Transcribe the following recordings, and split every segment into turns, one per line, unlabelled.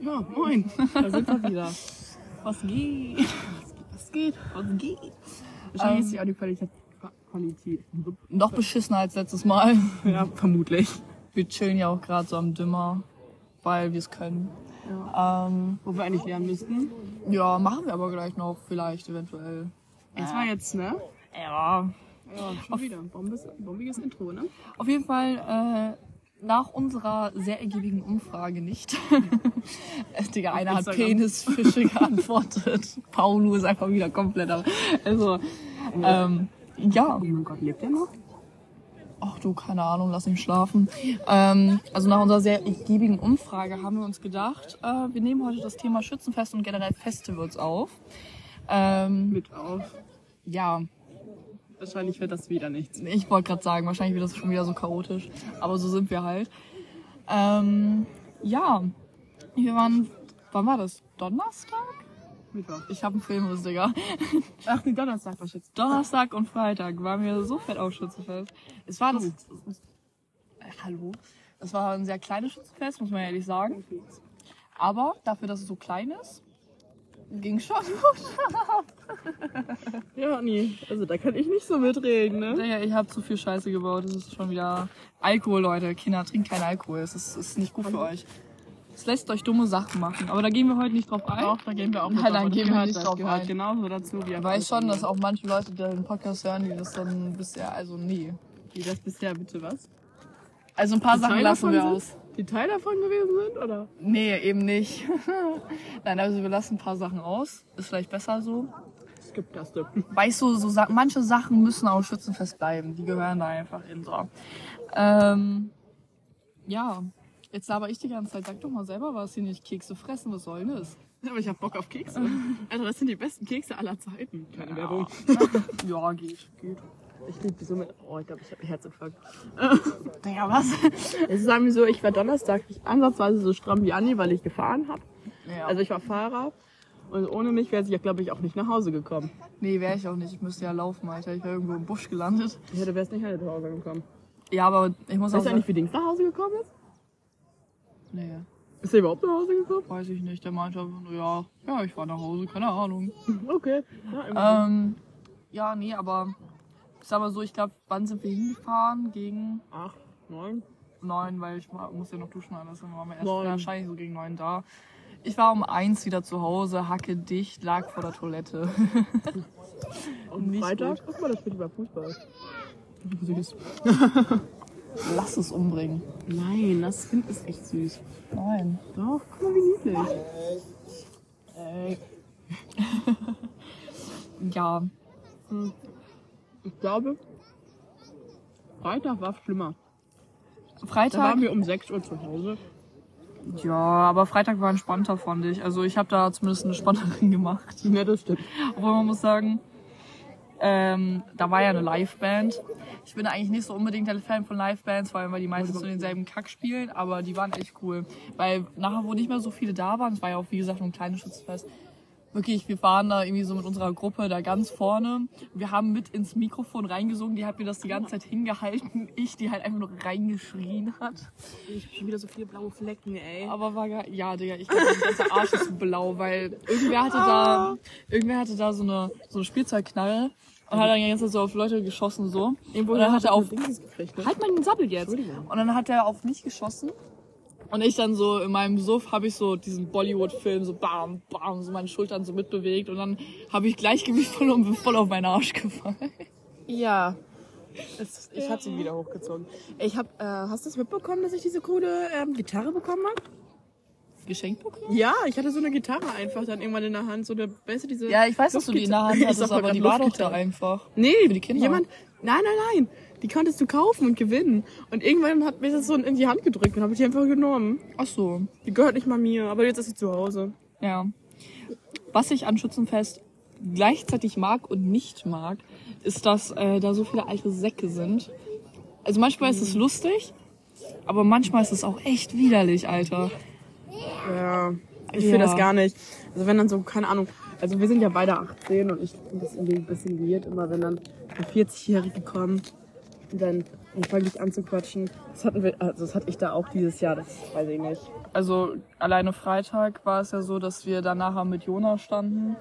Ja, moin. Da sind wir wieder. Was geht?
Was geht?
Was geht? Wahrscheinlich
Ähm.
ist die Audioqualität. Qualität.
Noch beschissener als letztes Mal.
Ja, vermutlich.
Wir chillen ja auch gerade so am Dümmer, weil wir es können. Ähm,
Wo wir eigentlich lernen müssten.
ja, machen wir aber gleich noch, vielleicht, eventuell.
Das war jetzt, ne?
Ja.
Ja, schon wieder. Bombes, bombiges Intro, ne?
Auf jeden Fall, äh, nach unserer sehr ergiebigen Umfrage nicht. Äh, Digga, einer hat
Instagram.
Penisfische geantwortet. Paulo ist einfach wieder komplett am. Also, ähm, ja.
Oh mein Gott, lebt der noch?
Ach du, keine Ahnung, lass ihn schlafen. Ähm, also nach unserer sehr ergiebigen Umfrage haben wir uns gedacht, äh, wir nehmen heute das Thema Schützenfest und generell Festivals auf. Ähm,
Mit auf.
ja,
Wahrscheinlich wird das wieder nichts.
ich wollte gerade sagen, wahrscheinlich wird das schon wieder so chaotisch, aber so sind wir halt. Ähm, ja, wir waren, wann war das? Donnerstag?
Mittwoch.
Ich habe einen Filmriss, Digga.
Ach, die Donnerstag war jetzt.
Donnerstag und Freitag waren wir so fett auf Schützenfest. Es war das... Äh, hallo? Es war ein sehr kleines Schützenfest, muss man ehrlich sagen. Aber dafür, dass es so klein ist, ging schon gut.
Ja, nee. Also da kann ich nicht so mitreden, ne?
Digga, ich habe zu viel Scheiße gebaut. Das ist schon wieder Alkohol, Leute. Kinder, trinkt keinen Alkohol. Es ist, ist nicht gut für euch. Es lässt euch dumme Sachen machen. Aber da gehen wir heute nicht drauf ein.
Doch, da gehen wir auch
Nein, da gehen wir
gehört,
nicht
das
drauf
gehört
ein.
genauso dazu. Wie
Ich weiß schon, dass auch manche Leute, die den Podcast hören, die das dann bisher, also nie.
Wie das bisher bitte was?
Also ein paar Sachen lassen wir aus.
Die Teil davon gewesen sind, oder?
Nee, eben nicht. Nein, also wir lassen ein paar Sachen aus. Ist vielleicht besser so.
Es gibt das doch.
Weißt du, so Sa manche Sachen müssen auch schützenfest bleiben. Die gehören da einfach in so. Ähm, ja, jetzt laber ich die ganze Zeit. Sag doch mal selber was hier nicht. Kekse fressen, was soll denn das?
Aber ich hab Bock auf Kekse. Also das sind die besten Kekse aller Zeiten. Keine Werbung.
Ja, geht, geht.
Ich liebe die so mit. Oh, ich glaube, ich habe einen Herzinfarkt.
Naja, was?
Es ist irgendwie so, ich war Donnerstag nicht ansatzweise so stramm wie Anni, weil ich gefahren habe.
Ja.
Also
Also,
ich war Fahrer. Und ohne mich wäre sie ja, glaube ich, auch nicht nach Hause gekommen.
nee, wäre ich auch nicht. Ich müsste ja laufen, Alter. Ich wäre irgendwo im Busch gelandet.
Ich hätte wärst nicht nach Hause gekommen.
Ja, aber ich muss
Weißt
auch
du
sagen...
eigentlich, wie Dings nach Hause gekommen ist?
Nee,
Ist er überhaupt nach Hause gekommen?
weiß ich nicht. Der meinte einfach nur, ja, ja, ich war nach Hause, keine Ahnung.
Okay. Ja, immerhin.
Ähm, ja, nee, aber ich sag mal so, ich glaube, wann sind wir hingefahren? Gegen
Acht, neun.
neun, weil ich ma- muss ja noch duschen, alles dann waren wir erst
Neun.
wahrscheinlich so gegen neun da. Ich war um eins wieder zu Hause, hacke dicht, lag vor der Toilette.
Und
Nicht
Freitag? Guck mal, das spielt über Fußball. Süß.
Lass es umbringen.
Nein, das Kind ist echt süß.
Nein.
Doch, guck mal, wie niedlich. Äh,
Ja,
Ich glaube, Freitag war schlimmer. Da
Freitag.
waren wir um 6 Uhr zu Hause.
Ja, aber Freitag war entspannter, fand ich. Also ich habe da zumindest eine Spannerin gemacht.
Ja, das stimmt.
Obwohl man muss sagen, ähm, da war ja eine Liveband. Ich bin eigentlich nicht so unbedingt der Fan von Livebands, vor allem weil die meistens so denselben Kack spielen, aber die waren echt cool. Weil nachher, wo nicht mehr so viele da waren, es war ja auch wie gesagt nur ein kleines Schutzfest, wirklich, wir waren da irgendwie so mit unserer Gruppe da ganz vorne. Wir haben mit ins Mikrofon reingesungen, die hat mir das die ganze Zeit hingehalten. Ich, die halt einfach nur reingeschrien hat.
Ich hab schon wieder so viele blaue Flecken, ey.
Aber war geil. Ja, Digga, ich glaube, der ganze Arsch ist blau, weil irgendwer hatte da, irgendwer hatte da so eine, so eine Spielzeugknarre und hat dann die ganze Zeit so auf Leute geschossen, so. Und dann hat er auf,
Dings gekriegt, ne?
halt mal den Sabbel jetzt.
Entschuldigung.
Und dann hat er auf mich geschossen. Und ich dann so in meinem Suff habe ich so diesen Bollywood-Film so bam, bam, so meine Schultern so mitbewegt und dann habe ich Gleichgewicht verloren und bin voll auf meinen Arsch gefallen.
Ja. Es, ich hab sie wieder hochgezogen. Ich hab, äh, hast du es mitbekommen, dass ich diese coole ähm, Gitarre bekommen hab?
Geschenkt bekommen?
Ja, ich hatte so eine Gitarre einfach dann irgendwann in der Hand. So eine, weißt du, diese.
Ja, ich weiß, dass du die in der Hand
Ich
hattest,
sag mal
aber
grad
die war doch da
Luftgitarre.
einfach.
Nee,
Für die Kinder.
Jemand, nein, nein, nein. Die konntest du kaufen und gewinnen. Und irgendwann hat mir das so in die Hand gedrückt und habe ich die einfach genommen.
Ach so.
Die gehört nicht mal mir, aber jetzt ist sie zu Hause.
Ja. Was ich an Schützenfest gleichzeitig mag und nicht mag, ist, dass äh, da so viele alte Säcke sind. Also manchmal ist es lustig, aber manchmal ist es auch echt widerlich, Alter.
Ja. Ich
Ja.
fühle das gar nicht. Also wenn dann so, keine Ahnung. Also wir sind ja beide 18 und ich finde das irgendwie ein bisschen weird, immer wenn dann so 40-Jährige kommen dann und fang dich an zu quatschen. Das hatten wir, also das hatte ich da auch dieses Jahr, das weiß ich nicht.
Also alleine Freitag war es ja so, dass wir dann nachher mit Jona standen.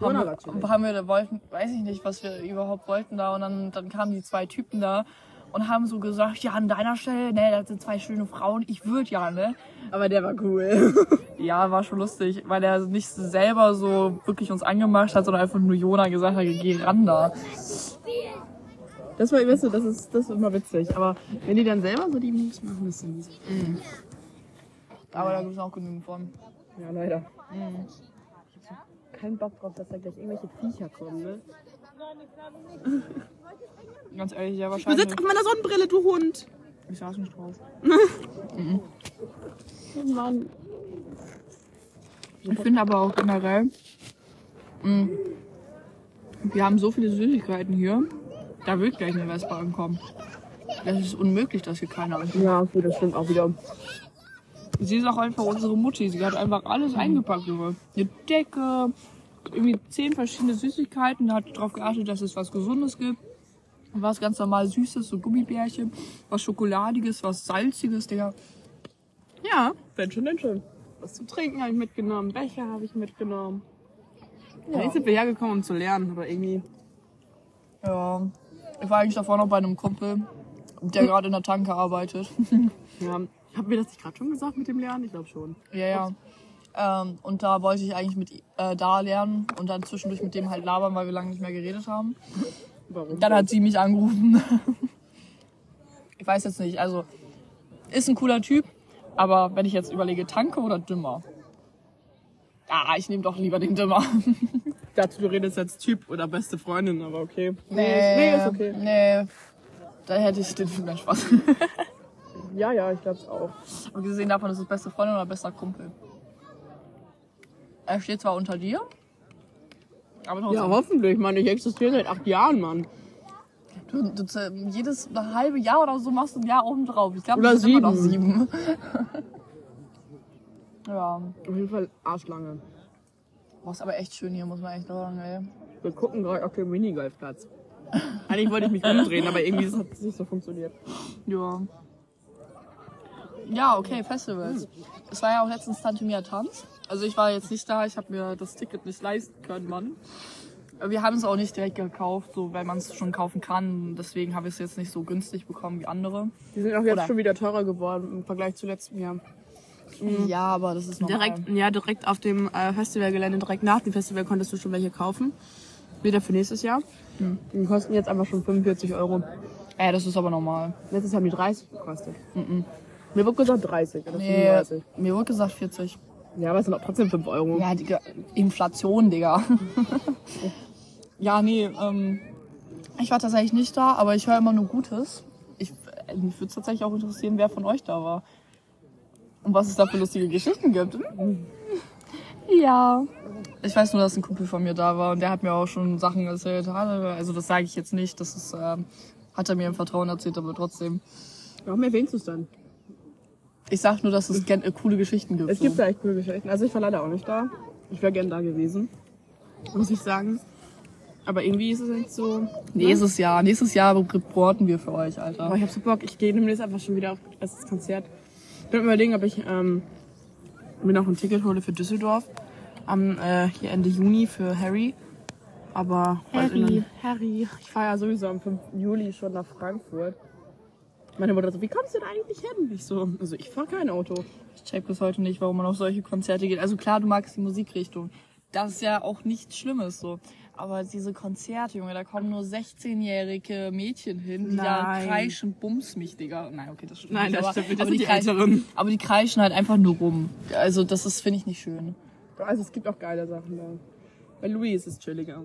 Jona
haben,
natürlich.
wir- haben wir da wollten, weiß ich nicht, was wir überhaupt wollten da und dann, dann kamen die zwei Typen da und haben so gesagt, ja an deiner Stelle, ne, das sind zwei schöne Frauen, ich würde ja, ne.
Aber der war cool.
Ja, war schon lustig, weil er nicht selber so wirklich uns angemacht hat, sondern einfach nur Jona gesagt hat, geh ran da.
Das war, weißt du, das ist, das ist immer witzig. Aber wenn die dann selber so die Moves machen, ist dann witzig.
Aber da gibt's auch genügend von.
Ja, leider. Ich hab so keinen Bock drauf, dass da gleich irgendwelche Viecher kommen, ne?
Ganz ehrlich, ja
Du
wahrscheinlich.
sitzt auf meiner Sonnenbrille, du Hund!
Ich saß nicht drauf.
Mann.
Ich finde aber auch generell, mh, wir haben so viele Süßigkeiten hier, da wird gleich eine Vespa ankommen. Das ist unmöglich, dass hier keiner ist.
Ja, okay, das stimmt auch wieder.
Sie ist auch einfach unsere Mutti. Sie hat einfach alles eingepackt, Junge. Eine Decke, irgendwie zehn verschiedene Süßigkeiten. Hat darauf geachtet, dass es was Gesundes gibt. Was ganz normal Süßes, so Gummibärchen. Was Schokoladiges, was Salziges, Digga.
Ja, wenn schon, wenn schon. Was zu trinken habe ich mitgenommen, Becher habe ich mitgenommen. Ja. Eigentlich sind wir hergekommen, um zu lernen, aber irgendwie.
Ja. Ich war eigentlich davor noch bei einem Kumpel, der gerade in der Tanke arbeitet.
Ja, haben wir das nicht gerade schon gesagt mit dem Lernen? Ich glaube schon.
Ja, ja. Ähm, und da wollte ich eigentlich mit i- äh, da lernen und dann zwischendurch mit dem halt labern, weil wir lange nicht mehr geredet haben.
Warum?
Dann hat sie mich angerufen. ich weiß jetzt nicht, also ist ein cooler Typ, aber wenn ich jetzt überlege, Tanke oder Dümmer? Ah, ich nehme doch lieber den Dümmer.
Dazu, du redest jetzt Typ oder beste Freundin, aber okay. nee ist okay.
Nee, da hätte ich den Nein, Spaß.
Ja, ja, ich glaube es auch.
Und gesehen davon ist es beste Freundin oder bester Kumpel. Er steht zwar unter dir, aber trotzdem.
Ja, hoffentlich, Mann. Ich existiere seit acht Jahren, Mann.
Du, du, z- jedes halbe Jahr oder so machst du ein Jahr oben drauf. Ich glaube,
Oder
das sind immer noch sieben. ja,
Auf jeden Fall Arschlange.
was aber echt schön hier, muss man echt sagen, ey.
Wir gucken gerade auf den Minigolfplatz. Eigentlich wollte ich mich umdrehen, aber irgendwie hat es nicht so funktioniert.
Ja. Ja, okay, Festivals. Es war ja auch letztens Tante Mia Tanz. Also ich war jetzt nicht da, ich habe mir das Ticket nicht leisten können, Mann. Aber Wir haben es auch nicht direkt gekauft, so weil man es schon kaufen kann. Deswegen habe ich es jetzt nicht so günstig bekommen wie andere.
Die sind auch jetzt
Oder-
schon wieder teurer geworden im Vergleich zu letztem Jahr.
Ja, aber das ist normal.
Direkt, ja, direkt auf dem äh, Festivalgelände, direkt nach dem Festival konntest du schon welche kaufen. Wieder für nächstes Jahr. Hm. Die kosten jetzt einfach schon 45 Euro.
Ja, Äh, das ist aber normal.
Letztes Jahr haben die 30 gekostet. Mir wurde gesagt 30 oder
Nee,
35.
mir wurde gesagt 40.
Ja, aber es sind auch trotzdem 5 Euro.
Ja, Digga, Inflation, Digga. ja, nee, ähm, ich war tatsächlich nicht da, aber ich höre immer nur Gutes. Ich, äh, mich würde tatsächlich auch interessieren, wer von euch da war. Und was es da für lustige Geschichten gibt.
Hm.
ja. Ich weiß nur, dass ein Kumpel von mir da war und der hat mir auch schon Sachen erzählt. Also das sage ich jetzt nicht, das ist, ähm, hat er mir im Vertrauen erzählt, aber trotzdem.
Warum erwähnst du es dann?
Ich sag nur, dass es gen- äh, coole Geschichten gibt.
Es
so.
gibt da echt coole Geschichten. Also ich war leider auch nicht da. Ich wäre gern da gewesen, muss ich sagen. Aber irgendwie ist es jetzt so. ne?
Nächstes Jahr. Nächstes Jahr reporten wir für euch, Alter.
Aber ich hab so Bock. Ich gehe demnächst einfach schon wieder auf das Konzert. Ich bin am überlegen, ob ich ähm, mir noch ein Ticket hole für Düsseldorf am äh, hier Ende Juni für Harry. Aber weiß ich noch nicht. Harry, ich fahre ja sowieso am 5. Juli schon nach Frankfurt. Meine Mutter so, wie kommst du da eigentlich hin? Ich so, also ich fahre kein Auto.
Ich check bis heute nicht, warum man auf solche Konzerte geht. Also klar, du magst die Musikrichtung. Das ist ja auch nichts Schlimmes so. Aber diese Konzerte, Junge, da kommen nur 16-jährige Mädchen hin, die
Nein.
da kreischen, bums mich, Digga. Nein, okay, das stimmt
Nein,
nicht.
das
aber,
stimmt nicht, das
aber
sind
die
die Älteren.
kreischen, aber die kreischen halt einfach nur rum. Also das ist, finde ich, nicht schön.
Also es gibt auch geile Sachen da. Bei Louis ist es chilliger.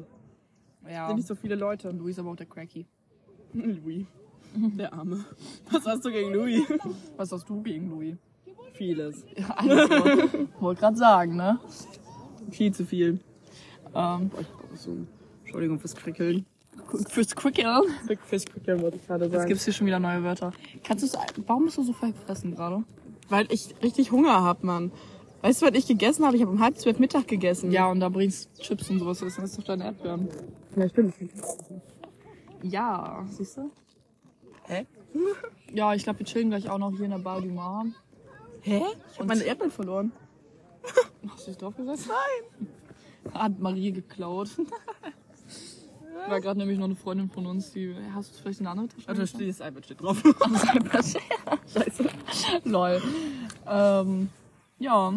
Ja.
Sind nicht so viele Leute.
Louis ist aber auch der Cracky.
Louis. Der Arme. Was hast du gegen Louis?
Was hast du gegen Louis?
Vieles.
Alles so. Wollte gerade sagen, ne?
Viel zu viel.
Ähm,
Boah, ich brauche so ein- Entschuldigung fürs Krickeln.
fürs Quickel.
Fürs Krickeln wollte ich gerade
Jetzt
sagen.
gibt's hier schon wieder neue Wörter. Kannst du's, warum bist du so verfressen gerade?
Weil ich richtig Hunger hab, Mann. Weißt du, was ich gegessen habe? Ich habe um halb zwölf Mittag gegessen.
Ja, und da bringst du Chips und sowas, das ist doch deine Erdbeeren.
ja stimmt.
Ja, siehst du?
Hä?
Ja, ich glaube, wir chillen gleich auch noch hier in der Bar du Mar.
Hä? Ich habe meine Erdbeeren verloren.
Hast du es draufgesetzt? Nein! Hat Marie geklaut. War gerade nämlich noch eine Freundin von uns, die. Hast du vielleicht eine andere Tasche?
Also da steht das iPad steht drauf.
Scheiße. Lol. Ähm, ja.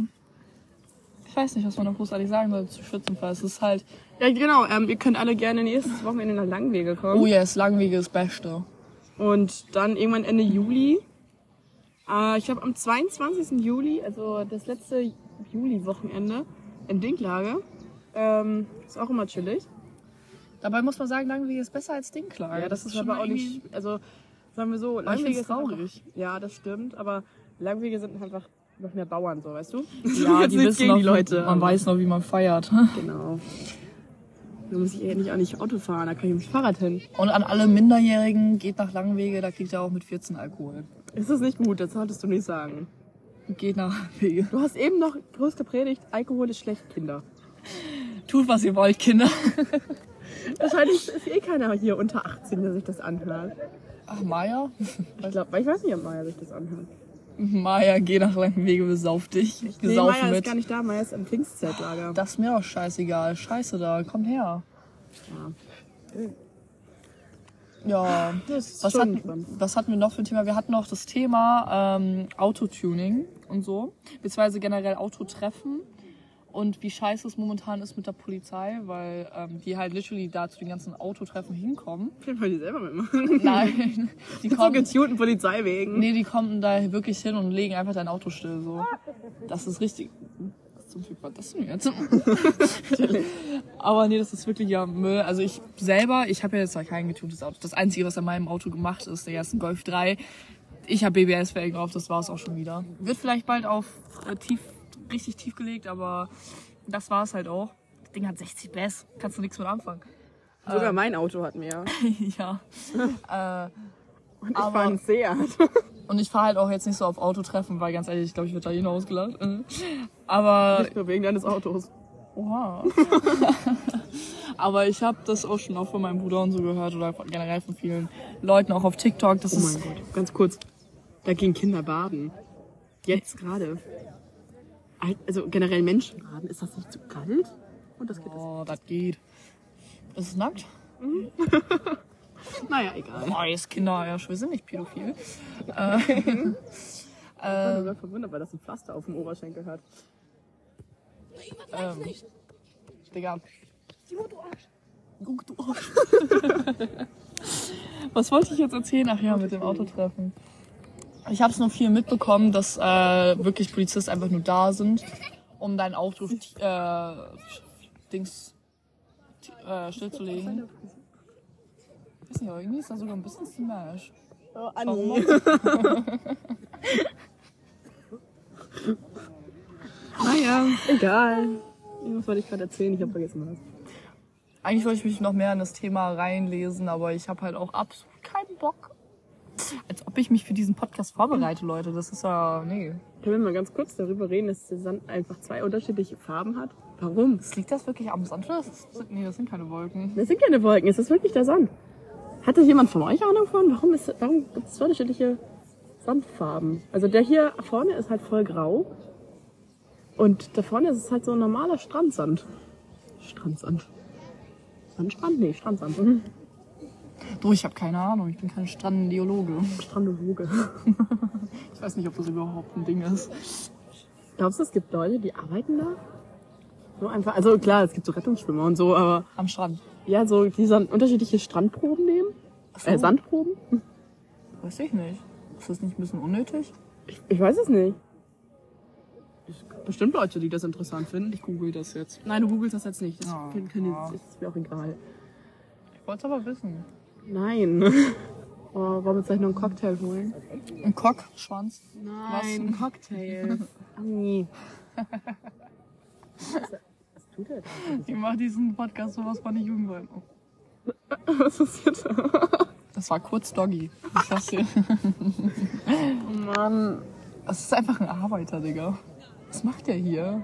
Ich weiß nicht, was man noch großartig sagen soll zu Schützenfest. Es ist halt.
ja, genau. Ähm, ihr könnt alle gerne nächstes Wochenende nach Langwege
Oh
kommen.
yes, Langwege ist Beste.
Und dann irgendwann Ende Juli. Äh, ich glaube, am 22. Juli, also das letzte Juli-Wochenende in Dinklage. Ähm, ist auch immer chillig.
Dabei muss man sagen, Langwege ist besser als Dinklage.
Ja, das ist
schon
aber auch
irgendwie-
nicht. Also, sagen wir so,
ich
Langwege
find's
ist traurig.
traurig.
Einfach, ja, das stimmt, aber Langwege sind einfach noch mehr Bauern, so, weißt du?
Ja,
Jetzt nichts
die wissen
gegen
noch,
die Leute.
Man weiß noch, wie man feiert.
Genau. Da muss ich eigentlich auch nicht Auto fahren, da kann ich mit dem Fahrrad hin.
Und an alle Minderjährigen, geht nach Langwege, da kriegt ihr auch mit 14 Alkohol.
Ist das nicht gut? Das solltest du nicht sagen.
Geht nach Wege.
Du hast eben noch groß gepredigt, Alkohol ist schlecht, Kinder.
Tut, was ihr wollt, Kinder.
Wahrscheinlich ist eh keiner hier unter 18, der sich das anhört.
Ach, Maya?
Ich glaube, ich weiß nicht, ob Maya sich das anhört.
Maya, geh nach Langwege, besauf dich.
Nee,
Gesauf
Maya ist
mit.
gar nicht da, Maya ist im Pfingstzeitlager.
Das ist mir auch scheißegal. Scheiße da, komm her. Ja.
Das ist
Was,
schon
hatten,
spannend.
was hatten wir noch für ein Thema? Wir hatten noch das Thema ähm, Autotuning und so, beziehungsweise generell Autotreffen und wie scheiße es momentan ist mit der Polizei, weil ähm, die halt literally da zu den ganzen Autotreffen hinkommen.
Können wir die selber mitmachen?
Nein, die
So
kommen,
getunten Polizeiwegen.
nee, die kommen da wirklich hin und legen einfach dein Auto still. So. Das ist richtig. Was zum Fick war das denn jetzt? Aber nee, das ist wirklich ja Müll. Also ich selber, ich habe ja jetzt noch kein getuntes Auto. Das Einzige, was an meinem Auto gemacht ist, der ist ein Golf 3. Ich habe BBS-Felgen drauf, das war's auch schon wieder. Wird vielleicht bald auf äh, tief, richtig tief gelegt, aber das war's halt auch. Das Ding hat 60 PS, kannst du nichts mit anfangen.
Sogar mein Auto hat mehr.
ja. äh,
Und ich
aber-
fahre einen Seat.
und ich fahre halt auch jetzt nicht so auf Autotreffen, weil ganz ehrlich, ich glaube, ich werde da jeder ausgelacht. Äh. Aber
Nicht nur wegen deines Autos.
Oha. Aber ich habe das auch schon auch von meinem Bruder und so gehört oder von- generell von vielen Leuten auch auf TikTok. Das
Oh mein
ist
Gott, ganz kurz. Da gehen Kinder baden. Jetzt gerade. Al- Also generell Menschen baden. Ist das nicht zu kalt? Und das geht das.
oh, das geht. Ist es nackt?
Naja, egal.
Nice, Kinder, ja, schon, wir sind nicht pädophil.
Ich
Äh.
war sogar verwundert, weil das ein Pflaster auf dem Oberschenkel hat.
Ähm, Digga. Guck, du Arsch. Was wollte ich jetzt erzählen? Ach ja, mit dem Autotreffen. Ich habe es nur viel mitbekommen, dass äh, wirklich Polizisten einfach nur da sind, um deinen Aufruf äh, Dings äh, stillzulegen. Ich weiß nicht, aber irgendwie ist da sogar ein bisschen Smash.
Oh,
Warum?
Naja, egal. Irgendwas wollte ich gerade erzählen, ich habe vergessen was.
Eigentlich wollte ich mich noch mehr in das Thema reinlesen, aber ich habe halt auch absolut keinen Bock. Als ob ich mich für diesen Podcast vorbereite, Leute. Das ist ja. Nee.
Können wir mal ganz kurz darüber reden, dass der Sand einfach zwei unterschiedliche Farben hat? Warum?
Das liegt das wirklich am Sand? Oder ist das, nee, das sind keine Wolken.
Das sind keine Wolken, es ist wirklich der Sand. Hat das jemand von euch Ahnung von? Warum, ist- warum gibt es zwei unterschiedliche Sandfarben? Also der hier vorne ist halt voll grau. Und da vorne ist es halt so ein normaler Strandsand. Strandsand. Sandstrand? Nee, Strandsand. Mhm.
Du, ich habe keine Ahnung. Ich bin kein Strandiologe.
Strandologe.
Ich weiß nicht, ob das überhaupt ein Ding ist.
Glaubst du, es gibt Leute, die arbeiten da? So einfach, also klar, es gibt so Rettungsschwimmer und so, aber
Am Strand.
ja, so, die so unterschiedliche Strandproben nehmen.
Ach
Äh, Sandproben?
Weiß ich nicht. Ist das nicht ein bisschen unnötig?
Ich, ich weiß es nicht. Es gibt bestimmt Leute, die das interessant finden. Ich google das jetzt. Nein, du googelst das jetzt nicht. Das
Ah,
können, können,
ah.
das ist mir auch egal.
Ich wollte es aber wissen.
Nein. Oh, wollen wir uns gleich noch einen Cocktail holen?
Ein Kock, Schwanz.
ein Cocktail. Anni. Was tut er da?
Ich mache diesen Podcast sowas von nicht jugendweilen. Oh.
Was ist jetzt? Oh
Das war kurz Doggy. Ich sag's dir.
Mann.
Das ist einfach ein Arbeiter, Digga. Was macht der hier?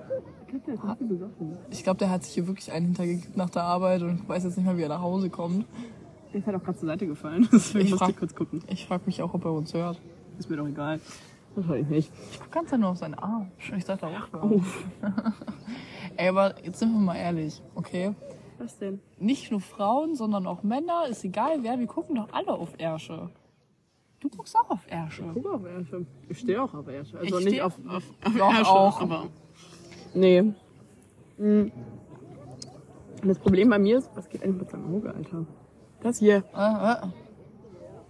Mhm.
Ich glaube, der hat sich hier wirklich einen hintergekippt nach der Arbeit und weiß jetzt nicht mehr, wie er nach Hause kommt.
Der ist halt auch gerade zur Seite gefallen. Deswegen
Ich
musste
frag-
ich kurz gucken.
Ich frage mich auch, ob er uns hört.
Ist mir doch egal. Wahrscheinlich nicht.
Ich gucke ganz nur auf seinen Arm. Ich dachte auch.
Oh.
Ey, aber jetzt sind wir mal ehrlich, okay?
Was denn?
Nicht nur Frauen, sondern auch Männer, ist egal wer, wir gucken doch alle auf Ärsche. Du guckst auch auf Ärsche.
Guck mal auf Ärsche. Ich stehe auch auf Ärsche. Also
Ich
nicht
steh-
auf, auf, auf
Doch,
Ärsche,
auch.
aber... Nee. Hm. Das Problem bei mir ist, was geht eigentlich mit seinem Auge, Alter? Das hier.
Äh, äh.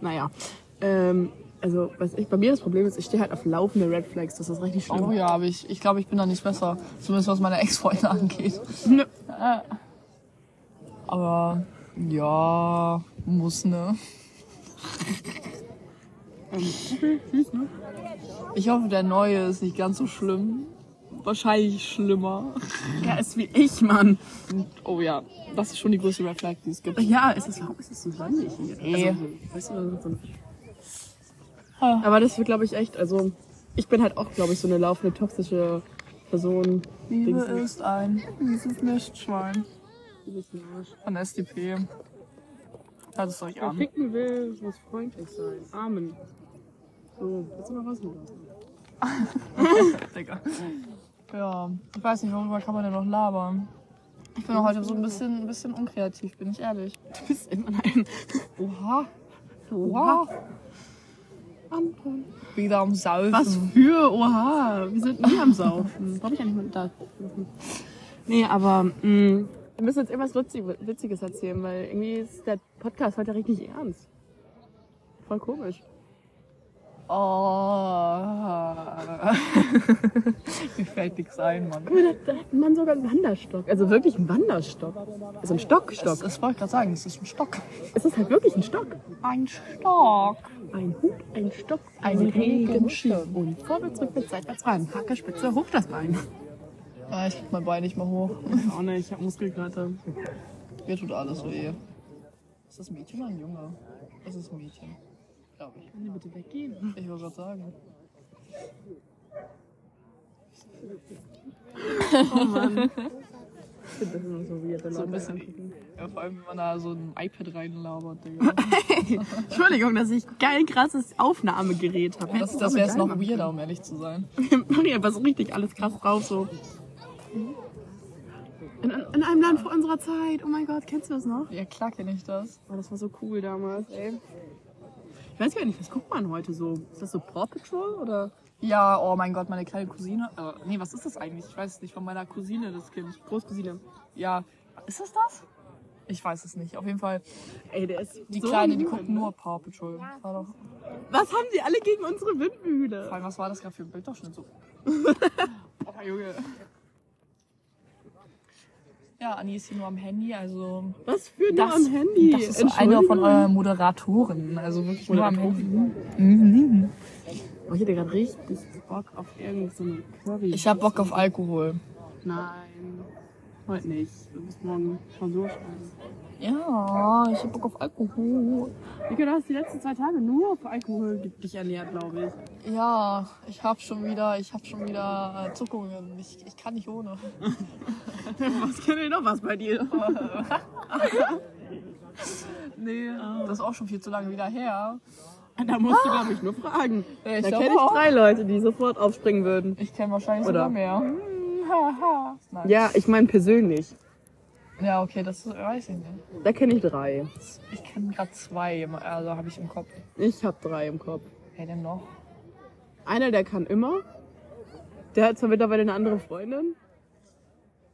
Naja. Ähm, also, was ich, bei mir das Problem ist, ich stehe halt auf laufende Red Flags. Das ist richtig schlimm.
Oh ja, aber ich, ich glaube, ich bin da nicht besser. Zumindest was meine Ex-Freunde angeht.
Nö.
Aber ja, muss, ne?
Süß, ne?
Ich hoffe, der neue ist nicht ganz so schlimm. Wahrscheinlich schlimmer.
Der ist wie ich, Mann.
Oh ja, das ist schon die größte Red Flag, die es gibt.
Ja, es ist, warum ist es so sandig hier?
Eh.
Also, weißt du, das ist so ein-
Ah.
Aber das wird, glaube ich, echt, also ich bin halt auch, glaube ich, so eine laufende toxische Person.
Liebe
Dings-
ist ein mieses Mistschwein
Du bist ein Arsch.
von SDP. Hört es euch
Wer
an.
ficken will, muss freundlich sein. Amen. So, hast du noch was mit uns?
Digga. Ja, ich weiß nicht, worüber kann man denn noch labern? Ich bin auch heute so ein bisschen, ein bisschen unkreativ, bin ich ehrlich.
Du bist immer ein
Oha,
Oha.
oha.
Anton.
Wieder am Saufen.
Was für? Oha, wir sind nie am Saufen. Warum ich eigentlich mal da? Nee, aber mm. mh, wir müssen jetzt irgendwas Witzig- Witziges erzählen, weil irgendwie ist der Podcast heute richtig ernst. Voll komisch.
Oh. Mir fällt nichts ein, Mann.
Guck mal, da, da hat ein Mann sogar einen Wanderstock. Also wirklich einen Wanderstock. Also ein Stockstock.
Das, das wollte ich gerade sagen, das ist ein Stock.
Es ist halt wirklich ein Stock.
Ein Stock.
Ein Hut, ein Stock,
Ein
ein
Regenschirm.
Regenschirm. Und vorwärts, rückwärts, seitwärts, rein. Hacke, Spitze, hoch das Bein.
Ah, ich krieg mein Bein nicht mehr hoch.
Oh ne, ich hab Muskelkater.
Mir tut alles so eh. Ist das ein Mädchen oder ein Junge? Das ist ein Mädchen. Glaube ich.
Kann die bitte weggehen?
Ich wollte gerade sagen.
Oh Mann. Ich finde das immer so weird, wenn
So ein
Leute
bisschen-
angucken.
Ja, vor allem, wenn man da so ein iPad reinlabert, Digga.
Entschuldigung, dass ich kein krasses Aufnahmegerät habe.
Das, das wäre jetzt noch weirder, um ehrlich zu sein.
Maria, was richtig alles krass drauf so. In, in einem Land vor unserer Zeit. Oh mein Gott, kennst du das noch?
Ja, klar kenne ich das.
Oh, das war so cool damals, ey. Ich weiß gar nicht, was guckt man heute so? Ist das so Paw Patrol oder
Ja, oh mein Gott, meine kleine Cousine. Äh, nee, was ist das eigentlich? Ich weiß es nicht, von meiner Cousine, das Kind.
Großcousine?
Ja, ist das das? Ich weiß es nicht. Auf jeden Fall,
Ey, der ist
die
so
Kleine, die
cool.
guckt nur Paw Patrol. War doch,
Was haben die alle gegen unsere
vor
Windmühle?
allem, was war das gerade für ein Bildausschnitt so? oh, Junge. Ja, Anni ist hier nur am Handy, also...
Was für nur am Handy?
Das ist einer von
Entschuldigung.
euren Moderatoren. Also wirklich nur am Handy.
Oh, ich hätte gerade richtig Bock auf irgendeine so eine Curry.
Ich hab Bock auf Alkohol.
Nein, heute nicht. Du musst morgen Klausur schreiben.
Ja, ich hab Bock auf Alkohol.
Nico, du hast die letzten zwei Tage nur auf Alkohol dich ernährt, glaube ich.
Ja, ich hab schon wieder, ich hab schon wieder äh, Zuckungen. Ich, ich kann nicht ohne.
Was kenne ich noch was bei dir?
Nee, das ist auch schon viel zu lange wieder her.
Da musst du, glaube ich, nur fragen.
Ja, ich
da
glaub
kenne ich
auch.
drei Leute, die sofort aufspringen würden.
Ich kenne wahrscheinlich
Oder? Mm.
sogar mehr. Haha. Nein.
Ja, ich meine persönlich.
ja, okay, das ist- weiß ich nicht.
Da kenne ich drei.
Ich kenne gerade zwei, also habe ich im Kopf.
Ich habe drei im Kopf.
Wer denn noch?
Einer, der kann immer. Der hat zwar mittlerweile eine andere Freundin.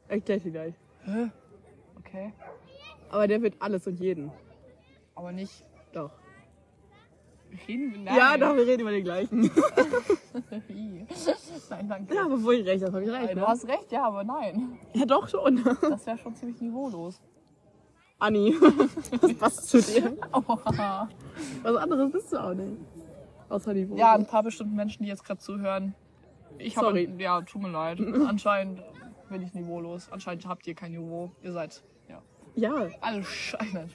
Ich gleich gleich.
Okay.
Aber der wird alles und jeden.
Aber nicht.
Doch.
Reden wir
Ja, doch, wir reden über den gleichen.
Ih. Nein, danke.
Ja, bevor ich recht, das habe ich recht.
du
Ne?
hast recht, ja, aber nein.
Ja, doch schon.
Das wäre schon ziemlich niveaulos.
Anni, was passt zu dir?
Aua.
Was anderes bist du auch nicht. Außer die Wohnung.
Ja, ein paar bestimmten Menschen, die jetzt gerade zuhören. Ich habe,
Sorry.
ja, tut mir leid. Anscheinend bin ich niveaulos. Anscheinend habt ihr kein Niveau. Ihr seid, ja,
ja,
alle scheiße.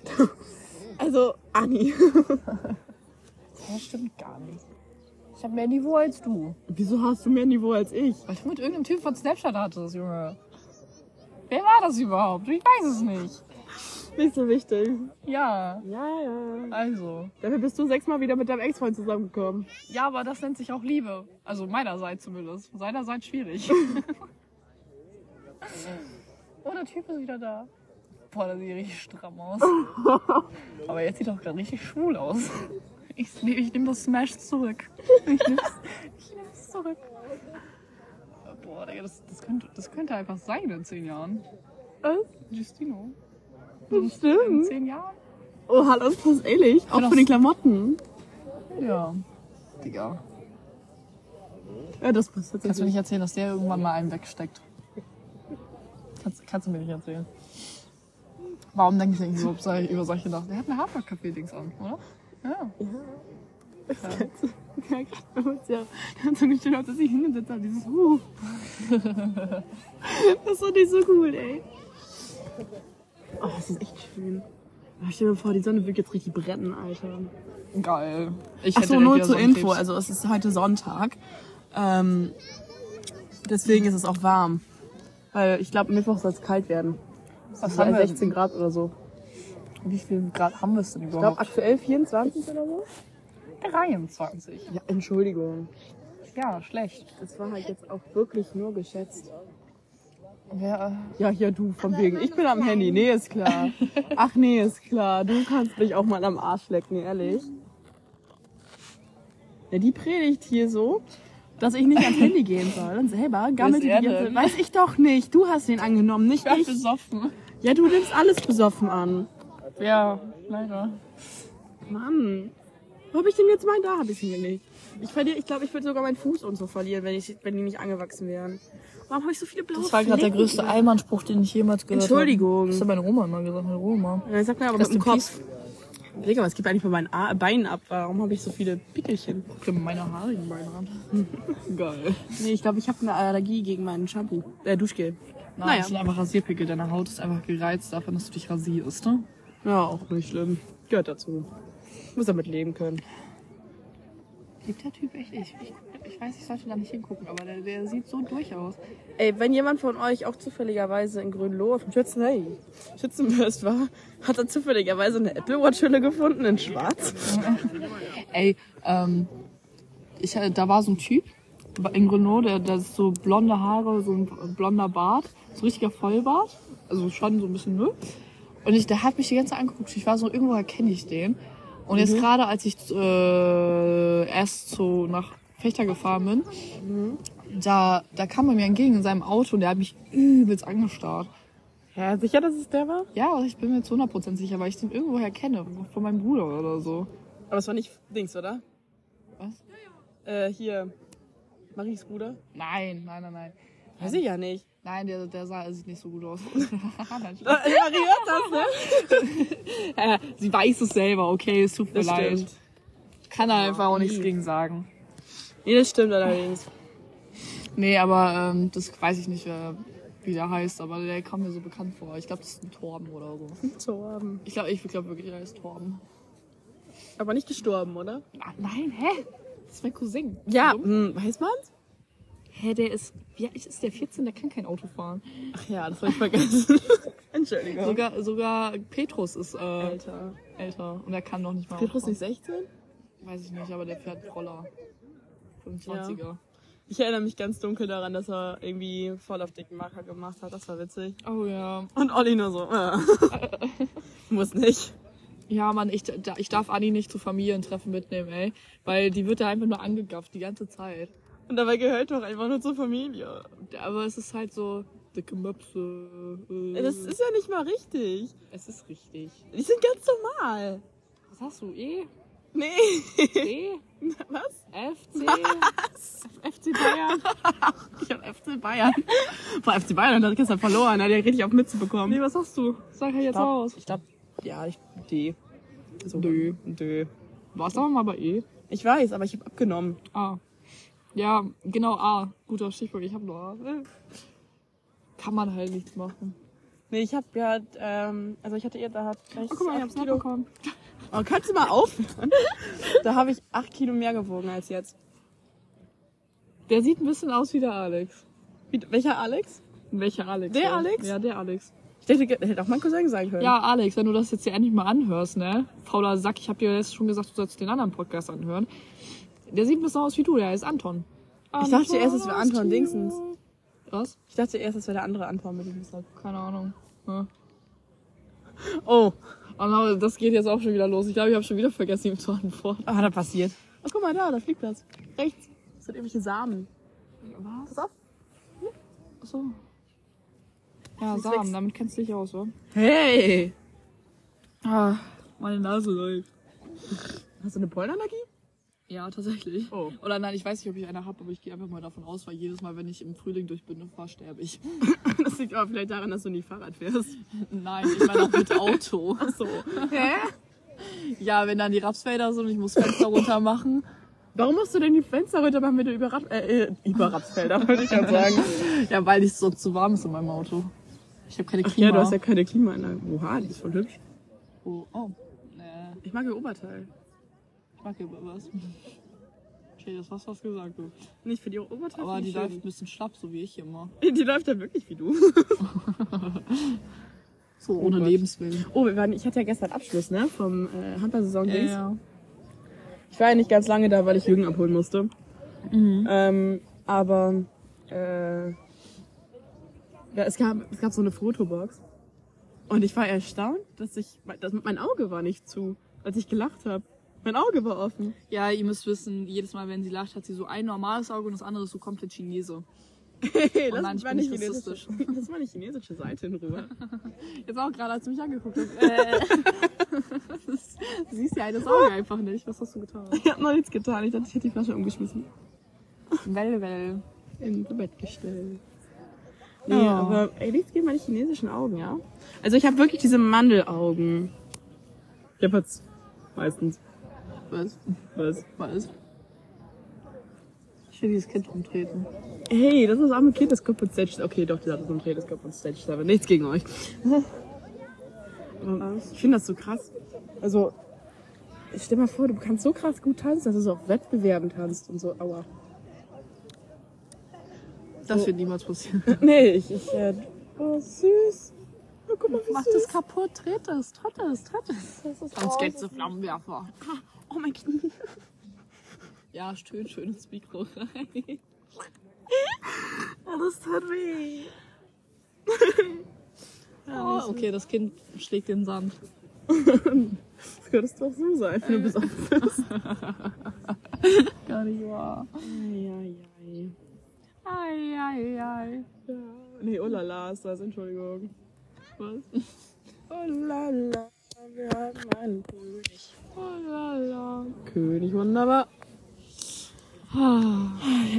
also Anni.
Das stimmt gar nicht. Ich habe mehr Niveau als du.
Wieso hast du mehr Niveau als ich?
Weil du mit irgendeinem Typ von Snapchat hattest, Junge. Wer war das überhaupt? Ich weiß es nicht.
Nicht so wichtig.
Ja,
Ja, ja.
also.
Dafür bist du sechsmal wieder mit deinem Ex-Freund zusammengekommen.
Ja, aber das nennt sich auch Liebe. Also meinerseits zumindest. Seinerseits schwierig. oh, der Typ ist wieder da. Boah, der sieht richtig stramm aus. aber jetzt sieht er auch gerade richtig schwul aus. Ich, nee, ich nehme das Smash zurück. Ich nehme es zurück. Boah, Digga, das, das, könnte, das könnte einfach sein in zehn Jahren.
Was? Mhm.
Justino.
Das
In
stimmt.
zehn Jahren?
Oh, hallo, das passt ehrlich. Auch
das-
von den Klamotten.
Ja. Digga.
Ja, das passt
Kannst du mir
tatsächlich.
nicht erzählen, dass der irgendwann mal einen wegsteckt? Kannst, kannst du mir nicht erzählen. Warum denke ich eigentlich überhaupt so- über solche Sachen? Der hat eine Hafer-Café-Dings an, oder? Ja.
Ja, gerade bei uns, ja. Da hat so gestellt, dass ich hingesetzt habe. Dieses Huh. Das war nicht so cool, ey. Oh, das ist echt schön. Oh, stell dir mal vor, die Sonne wird jetzt richtig brennen, Alter.
Geil. Ich
Achso,
direkt
nur
wieder
zur
Sonnenkrebs.
Info. Also, es ist heute Sonntag. Ähm, deswegen ist es auch warm. Weil ich glaube, Mittwoch soll es kalt werden.
Was
So
haben wir
16 Also Grad oder so.
Wie viel Grad haben wir es denn
Ich glaube,
überhaupt?
aktuell 24 oder so.
23.
Ja, Entschuldigung.
Ja, schlecht.
Das war halt jetzt auch wirklich nur geschätzt.
Wer, äh,
Ja, ja, du, von wegen. Ich bin am Handy. Nee, ist klar. Ach nee, ist klar. Du kannst mich auch mal am Arsch lecken, ehrlich. Ja, die predigt hier so, dass ich nicht ans Handy gehen soll. Und selber gammelt die
Wer ist
die
er
ganze
denn?
Weiß ich doch nicht. Du hast den angenommen, nicht
wer hat
ich.
besoffen?
Ja, du nimmst alles besoffen an.
Ja, leider.
Mann. Wo hab ich den jetzt mal? Da hab ich ihn gelegt. Ich verliere, ich glaube, ich würde sogar meinen Fuß und so verlieren, wenn, ich, wenn die nicht angewachsen wären. Warum habe ich so viele blaue
Das war gerade der
Flecken?
größte Allmannspruch, den ich jemals gehört habe.
Entschuldigung.
Das hat meine Oma immer gesagt, meine Oma.
Ja, ich sag mir aber mit
Rest
dem
in
Kopf. Digga, was geht eigentlich bei meinen A Beinen ab? Warum habe ich so viele Pickelchen?
Meine haarigen Beine an. Geil.
Nee, ich glaube, ich habe eine Allergie gegen meinen Shampoo. Äh, Duschgel.
Nein,
Naja.
das sind einfach Rasierpickel. Deine Haut ist einfach gereizt davon, dass du dich rasierst, ne?
Ja, auch nicht schlimm. Gehört dazu. Muss damit leben können.
Lebt der Typ echt? Ich, ich, ich weiß, ich sollte da nicht hingucken, aber der, der sieht so durch aus.
Ey, wenn jemand von euch auch zufälligerweise in Grünloh auf dem Schützen, hey, Schützenfest war, hat er zufälligerweise eine Apple Watch Hülle gefunden in schwarz.
Ey, ähm, ich, äh, da war so ein Typ in Grenoble, der, der ist so blonde Haare, so ein blonder Bart, so richtiger Vollbart, also schon so ein bisschen Müll. Und ich, der hat mich die ganze Zeit angeguckt. Ich war so, irgendwoher kenne ich den. Und jetzt gerade, als ich äh, erst so nach Fechter gefahren bin, da, da kam er mir entgegen in seinem Auto und der hat mich übelst angestarrt.
Ja, sicher, dass es der war?
Ja, also ich bin mir jetzt 100% sicher, weil ich den irgendwoher kenne, von meinem Bruder oder so.
Aber es war nicht Dings, oder?
Was?
Äh, hier. Maries Bruder?
Nein, nein, nein, nein.
Weiß ich ja nicht.
Nein, der, der sah, sieht nicht so gut aus.
Marie hört das, ne?
Äh, Sie weiß es selber, okay, es tut mir
Das
leid.
stimmt.
Kann da einfach auch nichts
Mhm.
gegen sagen.
Nee, das stimmt allerdings.
Nee, aber ähm, das weiß ich nicht, äh, wie der heißt, aber der kam mir so bekannt vor. Ich glaube, das ist ein Torben oder so.
Torben.
Ich glaube, ich glaube wirklich, der heißt Torben.
Aber nicht gestorben, oder?
Ah, nein, hä? Das ist mein Cousin.
Ja,
Dumm.
hm, weiß man's?
Hä, der ist, wie alt ist der? 14, der kann kein Auto fahren.
Ach ja, das habe ich vergessen. Entschuldigung.
Sogar, sogar Petrus ist äh,
Alter.
älter und er kann noch nicht mal
Petrus
Auto
nicht
fahren.
16?
Weiß ich nicht, aber der fährt Roller. 25er.
Ich erinnere mich ganz dunkel daran, dass er irgendwie voll auf dicken Marker gemacht hat. Das war witzig.
Oh ja.
Und Olli nur so. Äh. Muss nicht.
Ja, Mann, ich, da- ich darf Anni nicht zu Familientreffen mitnehmen, ey. Weil die wird da einfach nur angegafft, die ganze Zeit.
Und dabei gehört doch einfach nur zur Familie.
Aber es ist halt so, dicke Möpse. Äh,
Das ist ja nicht mal richtig.
es ist richtig.
Die sind ganz normal.
Was hast du? E?
Nee.
D?
Was?
FC? FC Bayern?
Ich hab FC Bayern. Vor FC Bayern hat gestern verloren. Hat ja richtig auf Mütze bekommen.
Nee, was hast du? Sag halt jetzt
glaub-
aus.
Ich glaube, ja, ich. D. So.
Dö.
Dö.
Warst aber mal bei E?
Ich weiß, aber ich habe abgenommen.
A. Ja, genau A. Guter Stichwort, ich hab nur A. Äh. Kann man halt nichts machen.
Nee, ich habe ja, ähm, also ich hatte ihr da hat
Oh, guck mal, ich hab's nachbekommen.
Oh, kannst du mal aufhören? da habe ich acht Kilo mehr gewogen als jetzt.
Der sieht ein bisschen aus wie der Alex.
Wie, welcher Alex?
Welcher Alex?
Der
ja.
Alex?
Ja, der Alex.
Ich dachte, das hätte auch mein Cousin sagen können.
Ja, Alex, wenn du das jetzt hier endlich mal anhörst, ne? Fauler Sack, ich habe dir jetzt schon gesagt, du sollst den anderen Podcast anhören. Der sieht ein bisschen aus wie du, der heißt Anton.
Ich dachte erst, es wäre Anton Dingsens.
Was?
Ich dachte erst, das wäre der andere Anton mit dem Hüster.
Keine Ahnung. Ja.
Oh.
Oh, no, das geht jetzt auch schon wieder los. Ich glaube, ich habe schon wieder vergessen, ihm zu antworten.
Ah, da passiert. Oh, guck mal da, da fliegt was. Rechts. Das sind irgendwelche Samen.
Was?
Pass auf.
Achso. Ja,
Nichts
Samen,
wächst.
damit kennst du dich aus, oder?
Hey!
Ah, meine Nase läuft.
Hast du eine Pollenallergie?
Ja, tatsächlich.
Oh.
Oder nein, ich weiß nicht, ob ich eine habe, aber ich gehe einfach mal davon aus, weil jedes Mal, wenn ich im Frühling durch Bünde fahre, sterbe ich.
Das liegt aber vielleicht daran, dass du nie Fahrrad fährst.
Nein, ich meine auch mit Auto.
So. Hä?
Ja, wenn dann die Rapsfelder sind und ich muss Fenster runter machen.
Warum musst du denn die Fenster runter machen, wenn du über, Rap äh, äh, über Rapsfelder, würde ich gerade sagen.
Ja, weil es sonst zu warm ist in meinem Auto. Ich habe keine
Ach
Klima.
ja, du hast ja keine Klimaanlage. Oha, die ist voll hübsch.
oh, oh. Äh,
Ich mag ihr Oberteil.
ich mag aber was. Okay, das war's, was gesagt du.
Nicht für die Oberteil.
Aber
find
die
ich
läuft
schön.
ein bisschen schlapp, so wie ich immer.
Die läuft ja wirklich wie du.
So ohne
Gott.
Lebenswillen.
Oh, wir waren, ich hatte ja gestern Abschluss, ne? Vom äh, Handballsaison.
Ja, ja.
Ich war ja nicht ganz lange da, weil ich Jürgen abholen musste. Ähm, aber äh, ja, es, gab, es gab so eine Fotobox. Und ich war erstaunt, dass ich. Dass mein Auge war nicht zu, als ich gelacht habe. Mein Auge war offen.
ja, ihr müsst wissen, jedes Mal, wenn sie lacht, hat sie so ein normales Auge und das andere ist so komplett Chinese.
Hey,
Oh nein, ich bin nicht
chinesische, das war nicht chinesische Seite in Ruhe.
Jetzt auch gerade, als du mich angeguckt hast. Äh, das- du siehst ja das Auge einfach nicht. Was hast du getan?
Ich habe noch nichts getan. Ich dachte, ich hätte die Flasche umgeschmissen.
Well, well.
In das Bett gestellt. Nee,
Ja.
aber ey, nichts gegen meine chinesischen Augen, ja? Also ich habe wirklich diese Mandelaugen. Jedenfalls meistens.
Was?
Was?
Was? Ich will dieses Kind umtreten.
Hey, das ist das arme Kind, das kommt von Stage. Okay, doch, das ist ein Dreh, das kommt von Stage, aber nichts gegen euch. Aber ich finde das so krass. Also, stell mal vor, du kannst so krass gut tanzen, dass du so auf Wettbewerben tanzt und so. Aua.
Das wird niemals passieren.
Nee, ich, ich, äh, oh, süß. Oh, guck mal, wie
Mach
süß.
das kaputt, dreht es, tritt es, Oh. tritt es.
Das ist
Sonst geht's zu Flammenwerfer.
Oh mein Knie.
Ja, schön, schön ins Mikro rein.
Oh, das tut weh.
Oh, okay, das Kind schlägt den Sand.
Das könntest du auch so sein, wenn du besoffen bist.
Gar nicht wahr.
Eieiei.
Ei, ei, ei.
Ja. Nee, oh la la ist das, Entschuldigung.
Was?
Oh la la, wir haben einen König.
Oh, la, la.
König wunderbar.
Ah.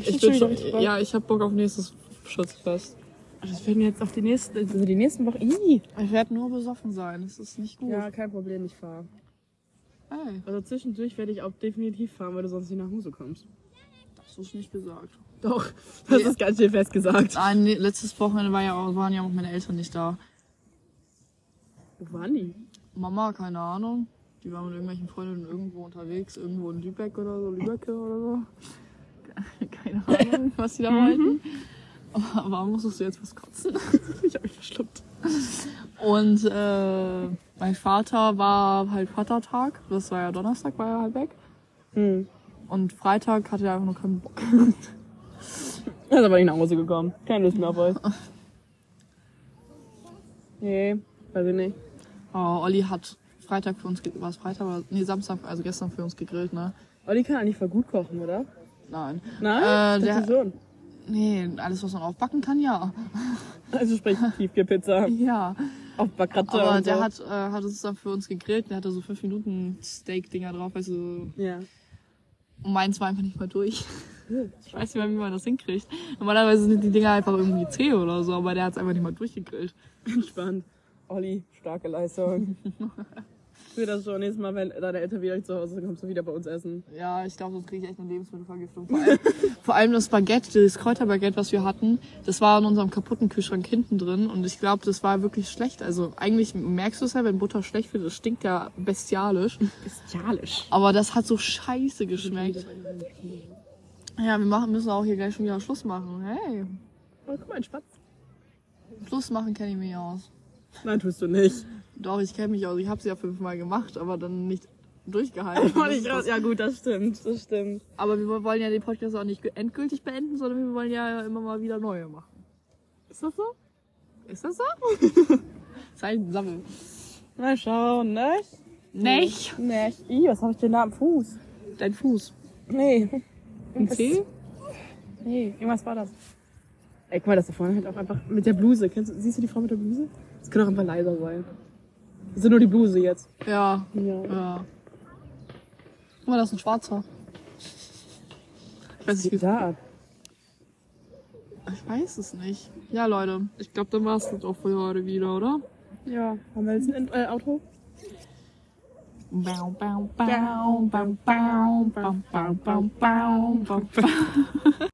Ich bin schon, ja, ich hab Bock auf nächstes Schutzfest.
Das werden wir jetzt auf die nächsten, also die nächsten Wochen. Ih.
Ich werde nur besoffen sein, das ist nicht gut.
Ja, kein Problem, ich fahre.
Ey,
Also zwischendurch werde ich auch definitiv fahren, weil du sonst nicht nach Hause kommst.
das ist nicht gesagt.
Doch, das
Ja.
ist ganz schön festgesagt.
Nein, Ah, nee, letztes Wochenende war ja, auch- waren ja auch meine Eltern nicht da.
Wo waren die?
Mama, keine Ahnung. Die war mit irgendwelchen Freundinnen irgendwo unterwegs, irgendwo in Lübeck oder so, Lübecke oder so. Keine Ahnung, was die da wollten. Aber warum musstest du jetzt was kotzen?
Ich habe mich verschluckt.
Und äh, mein Vater war halt Vatertag, das war ja Donnerstag, war er halt weg.
Hm.
Und Freitag hatte er einfach nur keinen Bock.
Er ist aber nicht nach Hause gekommen. Keine Lust mehr auf euch. Nee, weiß ich nicht.
Aber Olli hat Freitag für uns, ge- war es Freitag oder, nee, Samstag, also gestern für uns gegrillt, ne?
Olli kann eigentlich voll gut kochen, oder?
Nein.
Nein,
Äh,
das ist
der-
schon.
Nee, alles, was man aufbacken kann, ja.
Also sprich, Tiefkühlpizza
Ja.
auf Bagratte
Aber
und
der
so.
hat, äh, hat uns dann für uns gegrillt, der hatte so fünf Minuten Steak-Dinger drauf, also und
Ja.
meins war einfach nicht mal durch. Ich weiß nicht mal, wie man das hinkriegt. Normalerweise sind die Dinger einfach irgendwie zäh oder so, aber der hat es einfach nicht mal durchgegrillt.
Entspannt. Olli, starke Leistung. Ich will das schon nächstes Mal, wenn deine Eltern wieder zu Hause sind, kommst du wieder bei uns essen.
Ja, ich glaube, sonst kriege ich echt eine Lebensmittelvergiftung. Vor allem, vor allem das Baguette, das Kräuterbaguette, was wir hatten, das war in unserem kaputten Kühlschrank hinten drin und ich glaube, das war wirklich schlecht. Also eigentlich merkst du es ja, wenn Butter schlecht wird, das stinkt ja bestialisch.
Bestialisch.
Aber das hat so scheiße geschmeckt. Ja, wir machen, müssen auch hier gleich schon wieder Schluss machen. Hey,
Oh, guck mal, ein Spatz.
Schluss machen kenne ich mich aus.
Nein, tust du nicht.
Doch, ich kenne mich aus. Ich habe sie ja fünfmal gemacht, aber dann nicht durchgehalten.
Und ich, ja gut, das stimmt, das stimmt.
Aber wir wollen ja den Podcast auch nicht endgültig beenden, sondern wir wollen ja immer mal wieder neue machen.
Ist das so?
Ist das so? Zeichen sammeln.
Mal schauen, ne?
Nicht?
Nicht. I, was habe ich denn da am Fuß?
Dein Fuß.
Nee.
Ein Zeh?
Nee, irgendwas war das. Ey, guck mal, das da vorne halt auch einfach mit der Bluse. Kennst, du- siehst du die Frau mit der Bluse? Das kann doch einfach leiser sein. Das ist nur die Bluse jetzt.
Ja.
Ja.
Ja. Guck mal, das ist ein schwarzer. Ich weiß, nicht, wie-
da ab?
ich weiß es nicht. Ja, Leute, ich glaube, dann war es das auch für heute wieder, oder?
Ja. Haben wir jetzt ein End- äh, Outro?
Bow, bow, bow, bow, bow, bow, bow, bow, bow, bow.